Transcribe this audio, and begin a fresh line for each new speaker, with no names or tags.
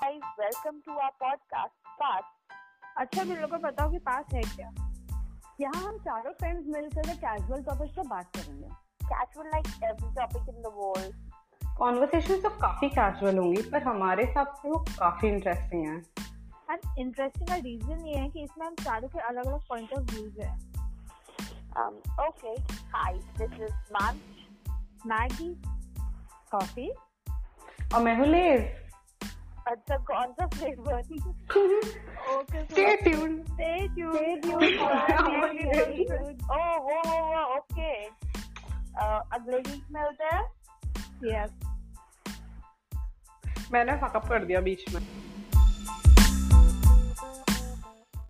guys, welcome to our podcast, Pass.
अच्छा मेरे लोगों को बताओ कि पास है क्या
यहाँ हम चारों फ्रेंड्स मिलकर एक कैजुअल टॉपिक पर बात करेंगे
Casual like every topic in the world.
Conversation तो काफ़ी कैजुअल होंगी पर हमारे हिसाब से वो काफ़ी इंटरेस्टिंग है
एंड इंटरेस्टिंग का रीजन ये है कि इसमें हम चारों के अलग अलग पॉइंट ऑफ व्यूज है
Um, okay, hi, this is Man.
Maggi coffee
और मैं हूँ Lays
It's a gonza flavor.
Okay
stay tune
oh, whoa, whoa, whoa, okay. Uh, अगले वीक में होता है
यस
मैंने फकअप कर दिया बीच में